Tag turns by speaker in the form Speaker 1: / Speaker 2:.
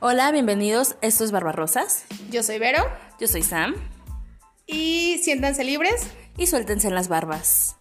Speaker 1: Hola, bienvenidos. Esto es Barbarosas.
Speaker 2: Yo soy Vero
Speaker 1: Yo soy Sam.
Speaker 2: y siéntanse libres
Speaker 1: Y suéltense las barbas.